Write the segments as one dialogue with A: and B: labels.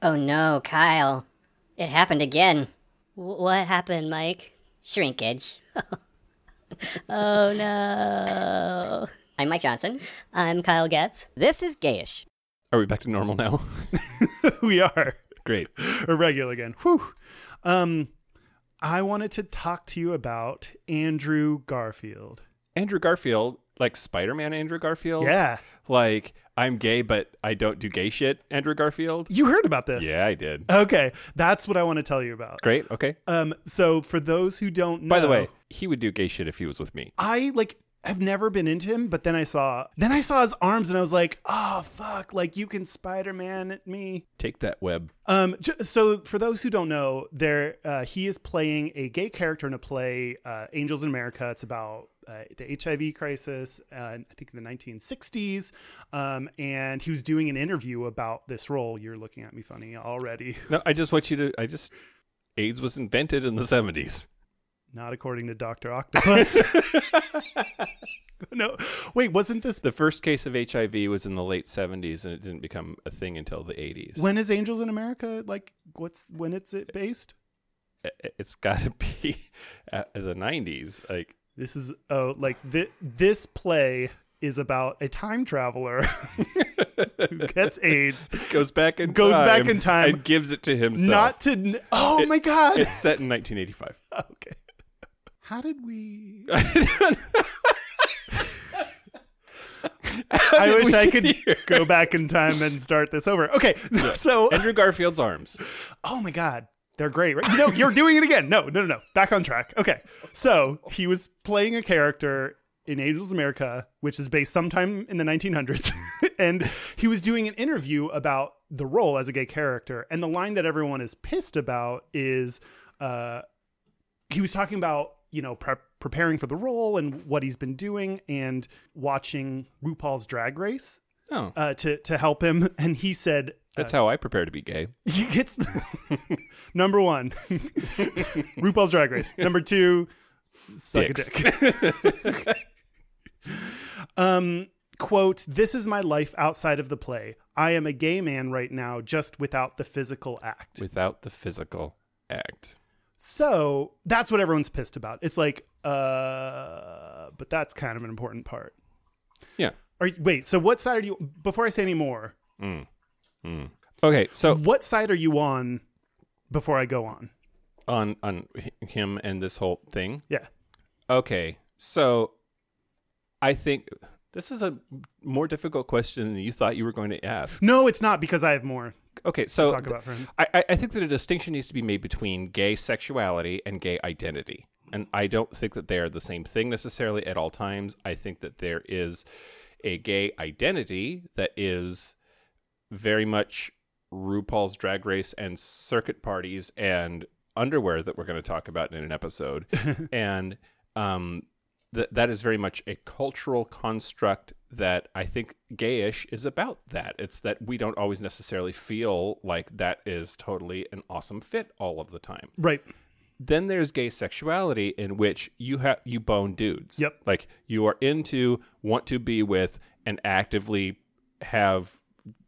A: Oh no, Kyle. It happened again.
B: W- what happened, Mike?
A: Shrinkage.
B: Oh no.
A: I'm Mike Johnson.
B: I'm Kyle Getz.
A: This is Gayish.
C: Are we back to normal now?
D: we are
C: Great.
D: irregular again. Whew. Um, I wanted to talk to you about Andrew Garfield.
C: Andrew Garfield, like Spider Man Andrew Garfield.
D: Yeah,
C: Like, I'm gay, but I don't do gay shit, Andrew Garfield.
D: you heard about this.
C: Yeah, I did.
D: Okay, that's what I want to tell you about.
C: Great. Okay.
D: Um, so for those who don't know,
C: By the way, he would do gay shit if he was with me.
D: I like have never been into him, but then I saw then I saw his arms and I was like, oh fuck, like you can Spider Man at me.
C: Take that web.
D: Um, j- so for those who don't know, there uh, he is playing a gay character in a play, uh, Angels in America. It's about uh, the HIV crisis, uh, I think in the 1960s, um, and he was doing an interview about this role. You're looking at me funny already.
C: No, I just want you to. I just. AIDS was invented in the 70s.
D: Not according to Doctor Octopus. no, wait, wasn't this
C: The first case of HIV was in the late 70s and it didn't become a thing until the 80s.
D: when is Angels in America like? What's when it's it based?
C: I- It's got to be uh, the 90s. Like,
D: This is oh like thi- this play is about a time traveler who gets AIDS.
C: goes back in
D: Goes
C: time
D: back in time.
C: and gives it to himself.
D: Not to kn- oh
C: It-
D: my god.
C: It's set in 1985.
D: okay. How did we? I
C: did
D: wish
C: we
D: I
C: get
D: could
C: here?
D: go back in time and start this over. Okay, so
C: Andrew Garfield's arms.
D: oh my god they're great right you know you're doing it again no no no no back on track okay so he was playing a character in angels america which is based sometime in the 1900s and he was doing an interview about the role as a gay character and the line that everyone is pissed about is uh he was talking about you know prep preparing for the role and what he's been doing and watching rupaul's drag race
C: Oh,
D: uh, to to help him and he said
C: that's how I prepare to be gay.
D: he gets number one, RuPaul's Drag Race. Number two, suck
C: Dicks.
D: a dick. um, quote: This is my life outside of the play. I am a gay man right now, just without the physical act.
C: Without the physical act.
D: so that's what everyone's pissed about. It's like, uh, but that's kind of an important part.
C: Yeah.
D: Or wait, so what side are you? Before I say any more,
C: Okay, so
D: what side are you on? Before I go on,
C: on on h- him and this whole thing.
D: yeah.
C: Okay, so I think this is a more difficult question than you thought you were going to ask.
D: No, it's not because I have more
C: Okay, so
D: talk about for him.
C: I, I- I think that a distinction needs to be made between gay sexuality and gay identity. And I don't think that they are the same thing necessarily at all times. I think that there is a gay identity that is very much RuPaul's drag race and circuit parties and underwear that we're going to talk about in an episode. and um, th- that is very much a cultural construct that I think gayish is about that. It's that we don't always necessarily feel like that is totally an awesome fit all of the time.
D: Right.
C: Then there's gay sexuality in which you have you bone dudes.
D: Yep.
C: Like you are into, want to be with, and actively have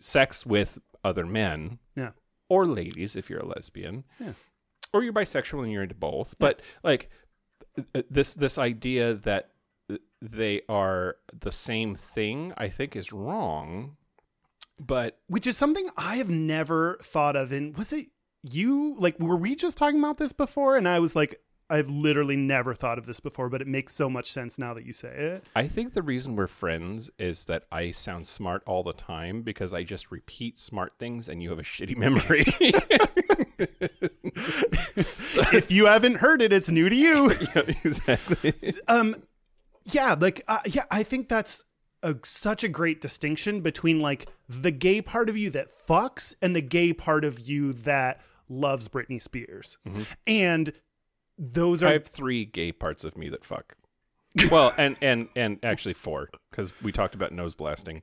C: sex with other men
D: Yeah.
C: or ladies if you're a lesbian, or you're bisexual and you're into both. But like uh, this this idea that th- they are the same thing, I think, is wrong. But
D: Which is something I have never thought of. And was it you? Like, were we just talking about this before? And I was like, I've literally never thought of this before, but it makes so much sense now that you say it.
C: I think the reason we're friends is that I sound smart all the time because I just repeat smart things and you have a shitty memory.
D: if you haven't heard it, it's new to you.
C: Yeah, exactly.
D: um yeah like uh, yeah i think that's a, such a great distinction between like the gay part of you that fucks and the gay part of you that loves britney spears and those
C: I
D: are
C: have three gay parts of me that fuck. Well, and and and actually four because we talked about nose blasting.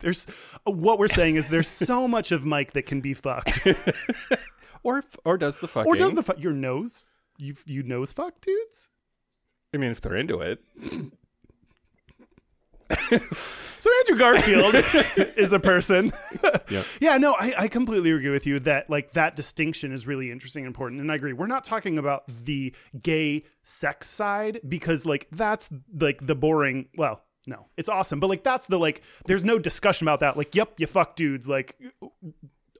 D: there's uh, what we're saying is there's so much of mike that can be fucked
C: or f- or does the fucking
D: or does the fu- your nose you you nose fuck dudes
C: I mean if they're into it.
D: So Andrew Garfield is a person.
C: Yeah.
D: Yeah, no, I, I completely agree with you that like that distinction is really interesting and important. And I agree. We're not talking about the gay sex side because like that's like the boring well, no, it's awesome. But like that's the like there's no discussion about that. Like, yep, you fuck dudes, like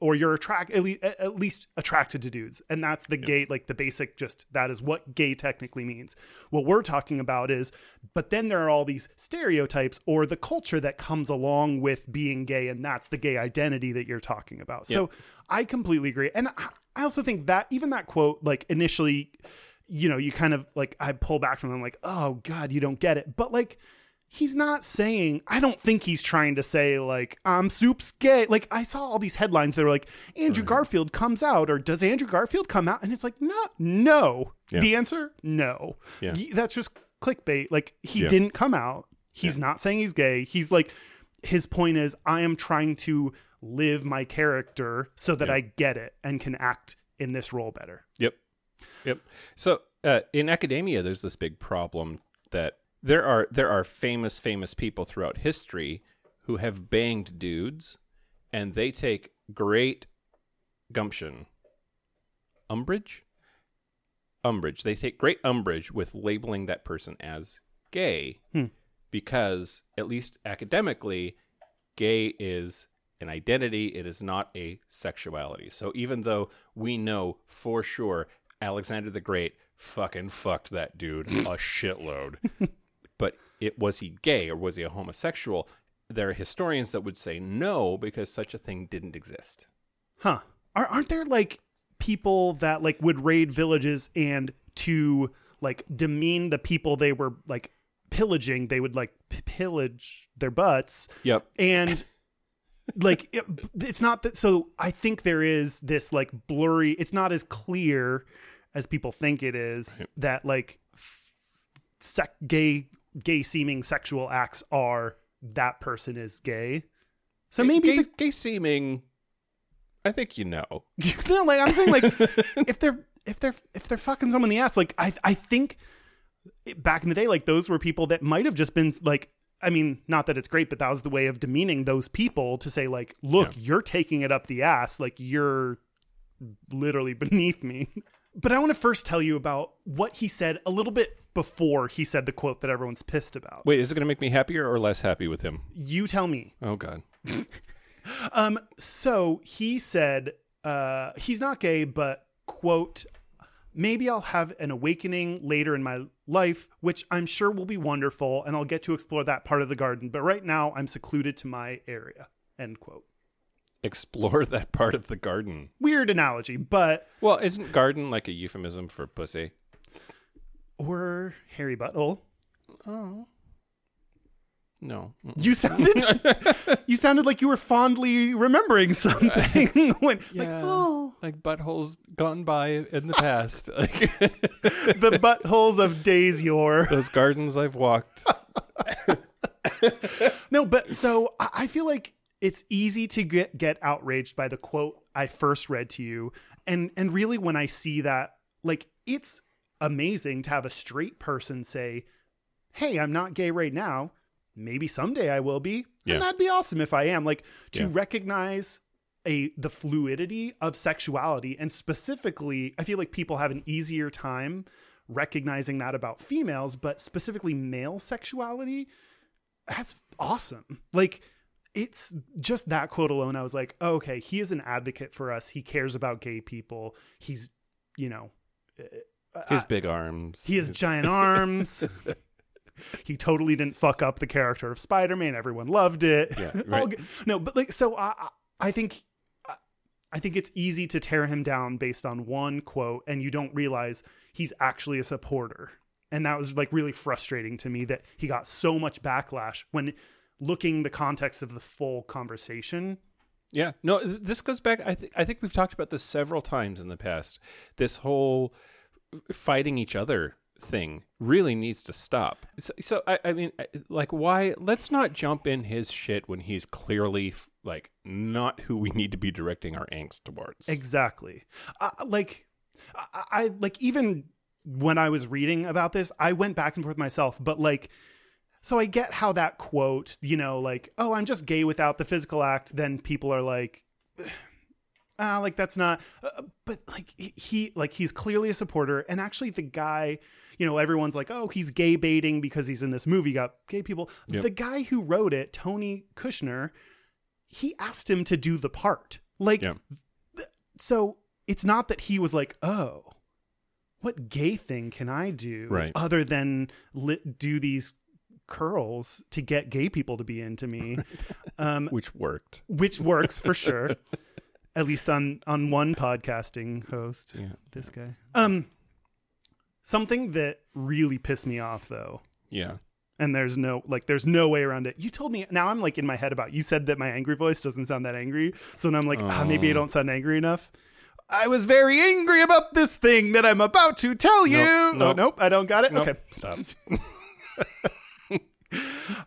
D: or you're attract at least, at least attracted to dudes and that's the gay like the basic just that is what gay technically means what we're talking about is but then there are all these stereotypes or the culture that comes along with being gay and that's the gay identity that you're talking about so i completely agree and I- i also think that even that quote like initially you know you kind of like i pull back from them like oh god you don't get it but like he's not saying i don't think he's trying to say like i'm soup's gay like i saw all these headlines that were like andrew garfield comes out or does andrew garfield come out and it's like no no
C: Yeah.
D: the answer no
C: Yeah.
D: Y- that's just clickbait like he
C: Yeah.
D: didn't come out he's not saying he's gay he's like his point is i am trying to live my character so that i get it and can act in this role better
C: Yep. Yep. So uh, in academia, there's this big problem that there are there are famous famous people throughout history who have banged dudes, and they take great gumption, umbrage, umbrage. They take great umbrage with labeling that person as gay, because at least academically, gay is an identity, it is not a sexuality. So even though we know for sure Alexander the Great fucking fucked that dude a shitload, but it was he gay or was he a homosexual? There are historians that would say no because such a thing didn't exist.
D: Huh. Are, aren't there like people that like would raid villages and to like demean the people they were like pillaging, they would like p- pillage their butts
C: Yep.
D: and like it, it's not that so i think there is this like blurry it's not as clear as people think it is that like f- sec- gay gay seeming sexual acts are that person is gay so maybe
C: gay,
D: the-
C: gay seeming. I think you know.
D: no, like I'm saying, like if they're if they're if they're fucking someone in the ass, like I I think it- back in the day, like those were people that might have just been like, I mean, not that it's great, but that was the way of demeaning those people to say like, look, you're taking it up the ass, like you're literally beneath me. But I want to first tell you about what he said a little bit before he said the quote that everyone's pissed about.
C: Wait, is it going to make me happier or less happy with him?
D: You tell me.
C: Oh God.
D: Um, so he said, uh, he's not gay, but quote, maybe I'll have an awakening later in my life, which I'm sure will be wonderful, and I'll get to explore that part of the garden. But right now, I'm secluded to my area. End quote.
C: Explore that part of the garden.
D: Weird analogy, but
C: Well, isn't garden like a euphemism for pussy?
D: or Harry Buttle. Oh.
C: No.
D: You sounded, you sounded like you were fondly remembering something when, like, oh,
C: like buttholes gone by in the past. like
D: the buttholes of days yore.
C: those gardens I've walked.
D: No, but so I I feel like it's easy to get get outraged by the quote I first read to you, and and really when I see that, like it's amazing to have a straight person say, "Hey, I'm not gay right now. Maybe someday I will be,
C: Yeah.
D: and that'd be awesome if I am." Like to
C: Yeah.
D: recognize a the fluidity of sexuality, and specifically, I feel like people have an easier time recognizing that about females, but specifically male sexuality that's awesome. Like it's just that quote alone. I was like, oh, okay, he is an advocate for us. He cares about gay people. He's, you know,
C: His big arms.
D: he has giant arms. he totally didn't fuck up the character of Spider-Man. Everyone loved it.
C: Yeah,
D: All
C: right.
D: good- No, but like, so I, I- I think, I- I think it's easy to tear him down based on one quote, and you don't realize he's actually a supporter. And that was like really frustrating to me that he got so much backlash when looking the context of the full conversation.
C: Yeah. No, th- this goes back. I think I think we've talked about this several times in the past. This whole fighting each other thing really needs to stop. So, so I, I mean, I- like, why? Let's not jump in his shit when he's clearly f- like not who we need to be directing our angst towards.
D: Exactly. Uh, like, I, I like even when I was reading about this, I went back and forth myself. But like, So I get how that quote, you know, like, oh, I'm just gay without the physical act, then people are like, ah, like that's not, uh, but like he- he, like he's clearly a supporter. And actually, the guy, you know, everyone's like, oh, he's gay baiting because he's in this movie, got gay people.
C: Yep.
D: The guy who wrote it, Tony Kushner, he asked him to do the part. Like,
C: Yeah.
D: so it's not that he was like, oh, what gay thing can I do
C: Right.
D: other than li- do these curls to get gay people to be into me, um,
C: which worked.
D: which works for sure, at least on on one podcasting host.
C: Yeah.
D: This guy. Um, something that really pissed me off though.
C: Yeah.
D: And there's no like there's no way around it. You told me now I'm like in my head about you said that my angry voice doesn't sound that angry. So now I'm like, ah, maybe I
C: Oh.
D: don't sound angry enough. I was very angry about this thing that I'm about to tell you. Oh,
C: nope.
D: nope, I don't got it.
C: Nope.
D: Okay.
C: Stop.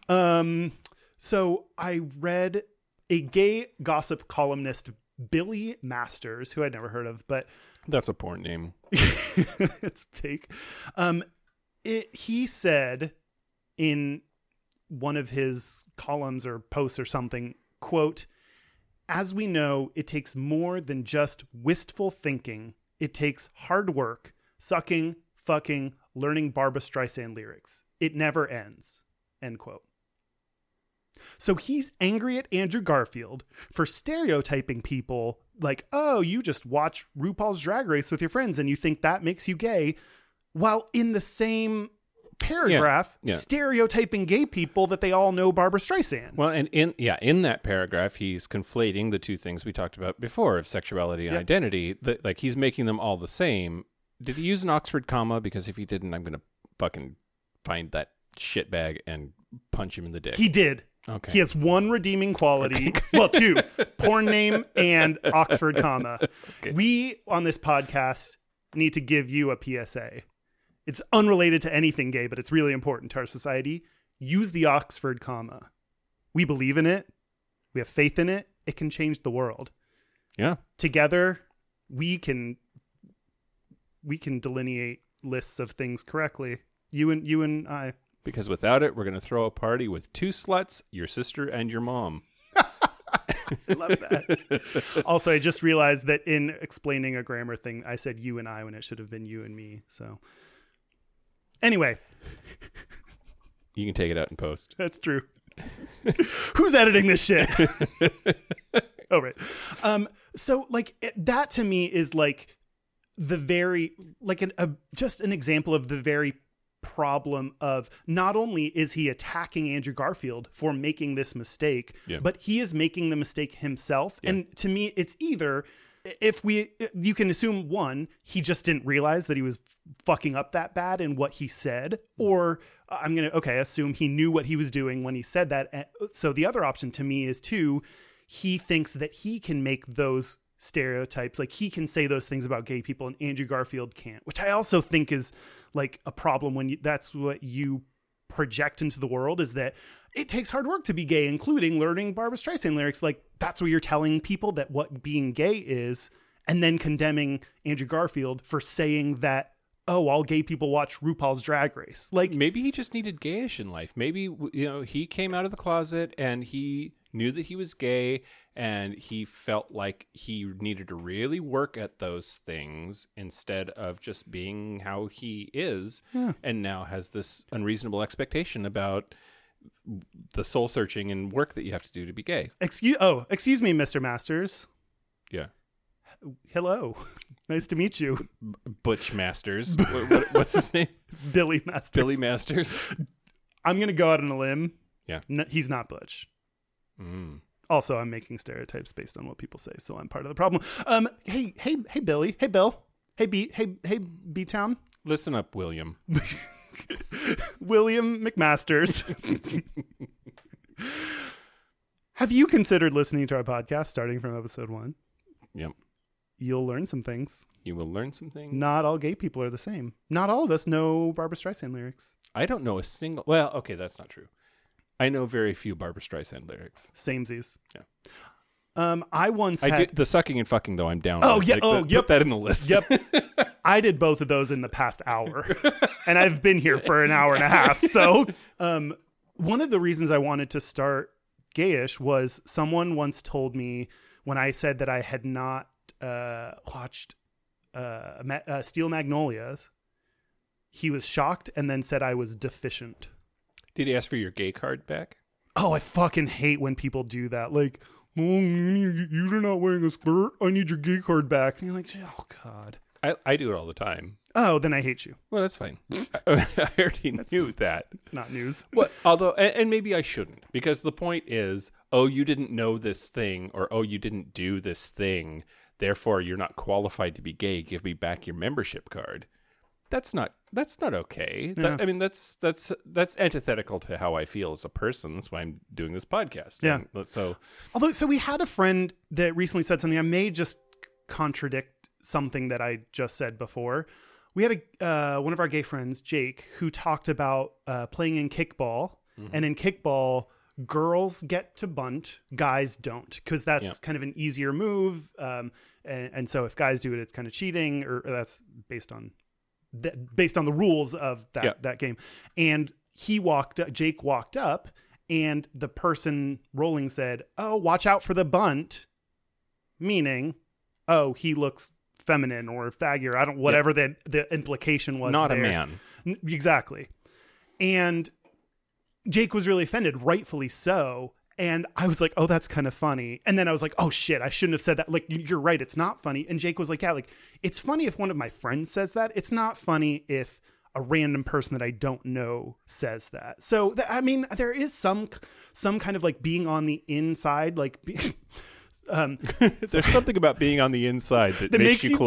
D: Um, so I read a gay gossip columnist, Billy Masters, who I'd never heard of, but
C: That's a porn name.
D: it's fake. Um, it, he said in one of his columns or posts or something, quote, as we know, it takes more than just wistful thinking. It takes hard work, sucking, fucking, learning Barbara Streisand lyrics. It never ends. End quote. So he's angry at Andrew Garfield for stereotyping people like, oh, you just watch RuPaul's Drag Race with your friends and you think that makes you gay, while in the same paragraph,
C: yeah.
D: stereotyping gay people that they all know Barbara Streisand.
C: Well, and in yeah, in that paragraph, he's conflating the two things we talked about before of sexuality and
D: Yep.
C: identity. That like he's making them all the same. Did he use an Oxford comma? Because if he didn't, I'm gonna fucking find that shitbag and punch him in the dick.
D: He did.
C: Okay.
D: He has one redeeming quality. well, two porn name and Oxford comma. We on this podcast need to give you a PSA. It's unrelated to anything gay, but it's really important to our society. Use the Oxford comma. We believe in it, we have faith in it. It can change the world.
C: yeah.
D: Together, we can we can delineate lists of things correctly. You and you and I.
C: Because without it, we're gonna throw a party with two sluts, your sister and your mom.
D: Love that. also, I just realized that in explaining a grammar thing, I said you and I when it should have been you and me. So, anyway,
C: You can take it out in post.
D: that's true. Who's editing this shit? oh, right. Um, so, like, it, that to me is like the very, like, an, a, just an example of the very problem of not only is he attacking Andrew Garfield for making this mistake,
C: Yeah.
D: but he is making the mistake himself. And to me, it's either if we you can assume one he just didn't realize that he was fucking up that bad in what he said or uh, i'm gonna okay assume he knew what he was doing when he said that And so the other option to me is two he thinks that he can make those stereotypes like he can say those things about gay people and andrew garfield can't which i also think is like a problem when you, that's what you project into the world is that it takes hard work to be gay, including learning Barbara Streisand lyrics. Like that's where you're telling people that what being gay is, and then condemning Andrew Garfield for saying that oh, all gay people watch RuPaul's Drag Race. Like
C: Maybe he just needed gayish in life. Maybe w- you know he came out of the closet and he knew that he was gay, and he felt like he needed to really work at those things instead of just being how he is, and now has this unreasonable expectation about the soul searching and work that you have to do to be gay.
D: excuse oh, excuse me, Mr. Masters.
C: Yeah,
D: Hello, nice to meet you,
C: Butch Masters. what, what, what's his name?
D: Billy Masters.
C: Billy Masters.
D: I'm gonna go out on a limb.
C: Yeah.
D: No, he's not Butch.
C: Mm.
D: Also, I'm making stereotypes based on what people say, so I'm part of the problem. Um, hey, hey, hey, Billy, hey, Bill, hey, B, hey, hey, B Town,
C: Listen up, William.
D: William McMasters. Have you considered listening to our podcast starting from episode one?
C: Yep.
D: You'll learn some things.
C: You will learn some things.
D: Not all gay people are the same. Not all of us know Barbara Streisand lyrics.
C: I don't know a single. Well, okay, that's not true. I know very few Barbara Streisand lyrics.
D: Samesies.
C: Yeah.
D: Um, I once had,
C: I did the sucking and fucking though. I'm down.
D: Oh,
C: with.
D: yeah, oh,
C: put,
D: yep.
C: Put that in the list.
D: Yep. I did both of those in the past hour. and I've been here for an hour and a half. So, um one of the reasons I wanted to start gayish was someone once told me when I said that I had not uh, watched uh, Ma- uh, Steel Magnolias, he was shocked and then said I was deficient.
C: Did he ask for your gay card back?
D: Oh, I fucking hate when people do that. Like, oh, you- you're not wearing a skirt. I need your gay card back. And you're like, oh god.
C: I, I do it all the time.
D: Oh, then I hate you.
C: Well, that's fine. I, I already knew that.
D: It's not news.
C: Well, although, and, and maybe I shouldn't, because the point is, oh, you didn't know this thing, or oh, you didn't do this thing, therefore you're not qualified to be gay. Give me back your membership card. That's not that's not okay. That- I mean, that's that's that's antithetical to how I feel as a person. That's why I'm doing this podcast.
D: Yeah.
C: And so
D: Although, so we had a friend that recently said something. I may just contradict something that I just said before. We had a uh, one of our gay friends, Jake, who talked about uh, playing in kickball, and in kickball, girls get to bunt, guys don't, because that's
C: Yeah.
D: kind of an easier move. Um, and, and so if guys do it, it's kind of cheating, or, or that's based on th- based on the rules of that
C: Yeah.
D: that game. And he walked, Jake walked up, and the person rolling said, "Oh, watch out for the bunt," meaning, "Oh, he looks feminine or faggy or I don't whatever the the implication was."
C: not a
D: there.
C: man.
D: N- exactly. And Jake was really offended, rightfully so. And I was like, oh, that's kind of funny. And then I was like, oh shit, I shouldn't have said that. Like, y- you're right, it's not funny. And Jake was like, yeah, like, it's funny if one of my friends says that. It's not funny if a random person that I don't know says that. So, th- I mean, there is some, k- some kind of like being on the inside, like, be- um,
C: There's something about being on the inside that,
D: makes you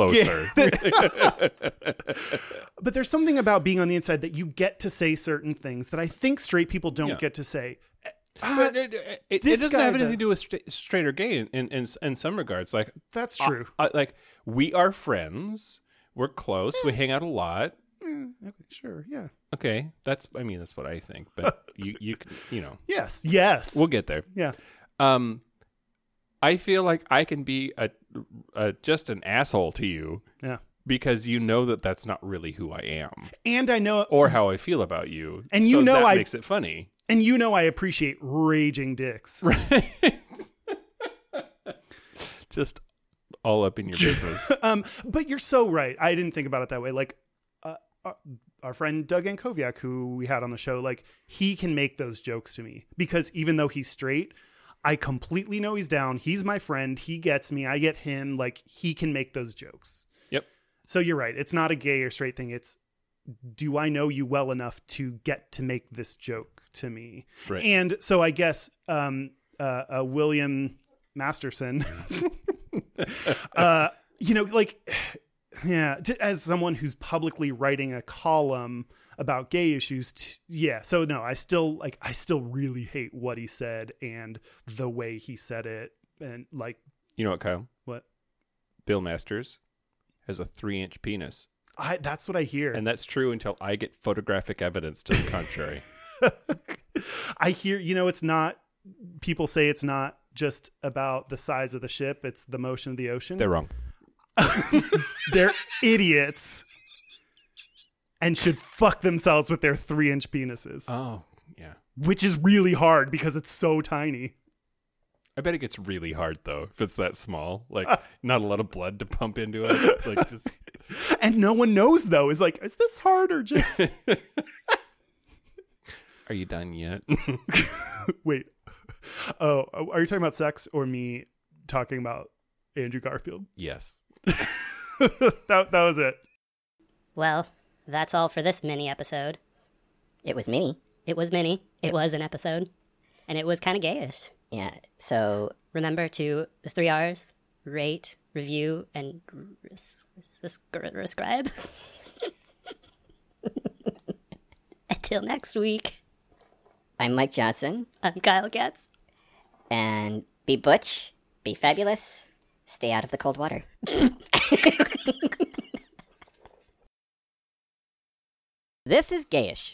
D: but there's something about being on the inside that you get to say certain things that I think straight people don't
C: Yeah.
D: get to say. Uh,
C: But it, it- it
D: this
C: doesn't
D: guy
C: have anything
D: does.
C: to do with stra- straight or gay in, in, in, in some regards. Like
D: that's true.
C: I- like we are friends. We're close. We hang out a lot.
D: Mm, Okay, sure. Yeah.
C: Okay, that's I mean that's what I think. But you you c- you know
D: Yes. Yes.
C: we'll get there.
D: yeah.
C: Um, I feel like I can be a, a just an asshole to you
D: Yeah.
C: because you know that that's not really who I am
D: And I know,
C: or how I feel about you,
D: And you
C: so
D: know
C: that
D: I-
C: makes it funny.
D: and you know, I appreciate raging dicks.
C: Just all up in your business.
D: um, but you're so right. I didn't think about it that way. Like, uh, our, our friend Doug Ankoviak, who we had on the show, like he can make those jokes to me because even though he's straight, I completely know he's down. He's my friend. He gets me. I get him. Like he can make those jokes.
C: Yep.
D: So you're right. It's not a gay or straight thing. It's do I know you well enough to get to make this joke to me?
C: Right.
D: And so I guess um, uh, uh, William Masterson, uh, you know, like, yeah, t- as someone who's publicly writing a column about gay issues, t- yeah. So no, I still like, I still really hate what he said and the way he said it, and like
C: You know what, Kyle?
D: what
C: Bill Masters has a three-inch penis.
D: I that's what I hear.
C: And that's true until I get photographic evidence to the contrary.
D: I hear, you know, it's not, people say it's not just about the size of the ship, it's the motion of the ocean.
C: They're wrong.
D: They're idiots and should fuck themselves with their three inch penises,
C: Oh, yeah.
D: which is really hard because it's so tiny.
C: I bet it gets really hard though if it's that small. Like not a lot of blood to pump into it. Like just
D: And no one knows, though, is like, is this hard or just.
C: Are you done yet?
D: Wait. Oh, are you talking about sex or me talking about Andrew Garfield?
C: yes.
D: that, that was it.
B: Well, that's all for this mini episode.
A: It was mini.
B: It was mini. It was an episode, and it was kind of gayish.
A: Yeah. So
B: Remember to the three R's: rate, review, and res- res- rescribe. Until next week,
A: I'm Mike Johnson,
B: I'm Kyle Getz.
A: and be butch, be fabulous, stay out of the cold water. this is gayish.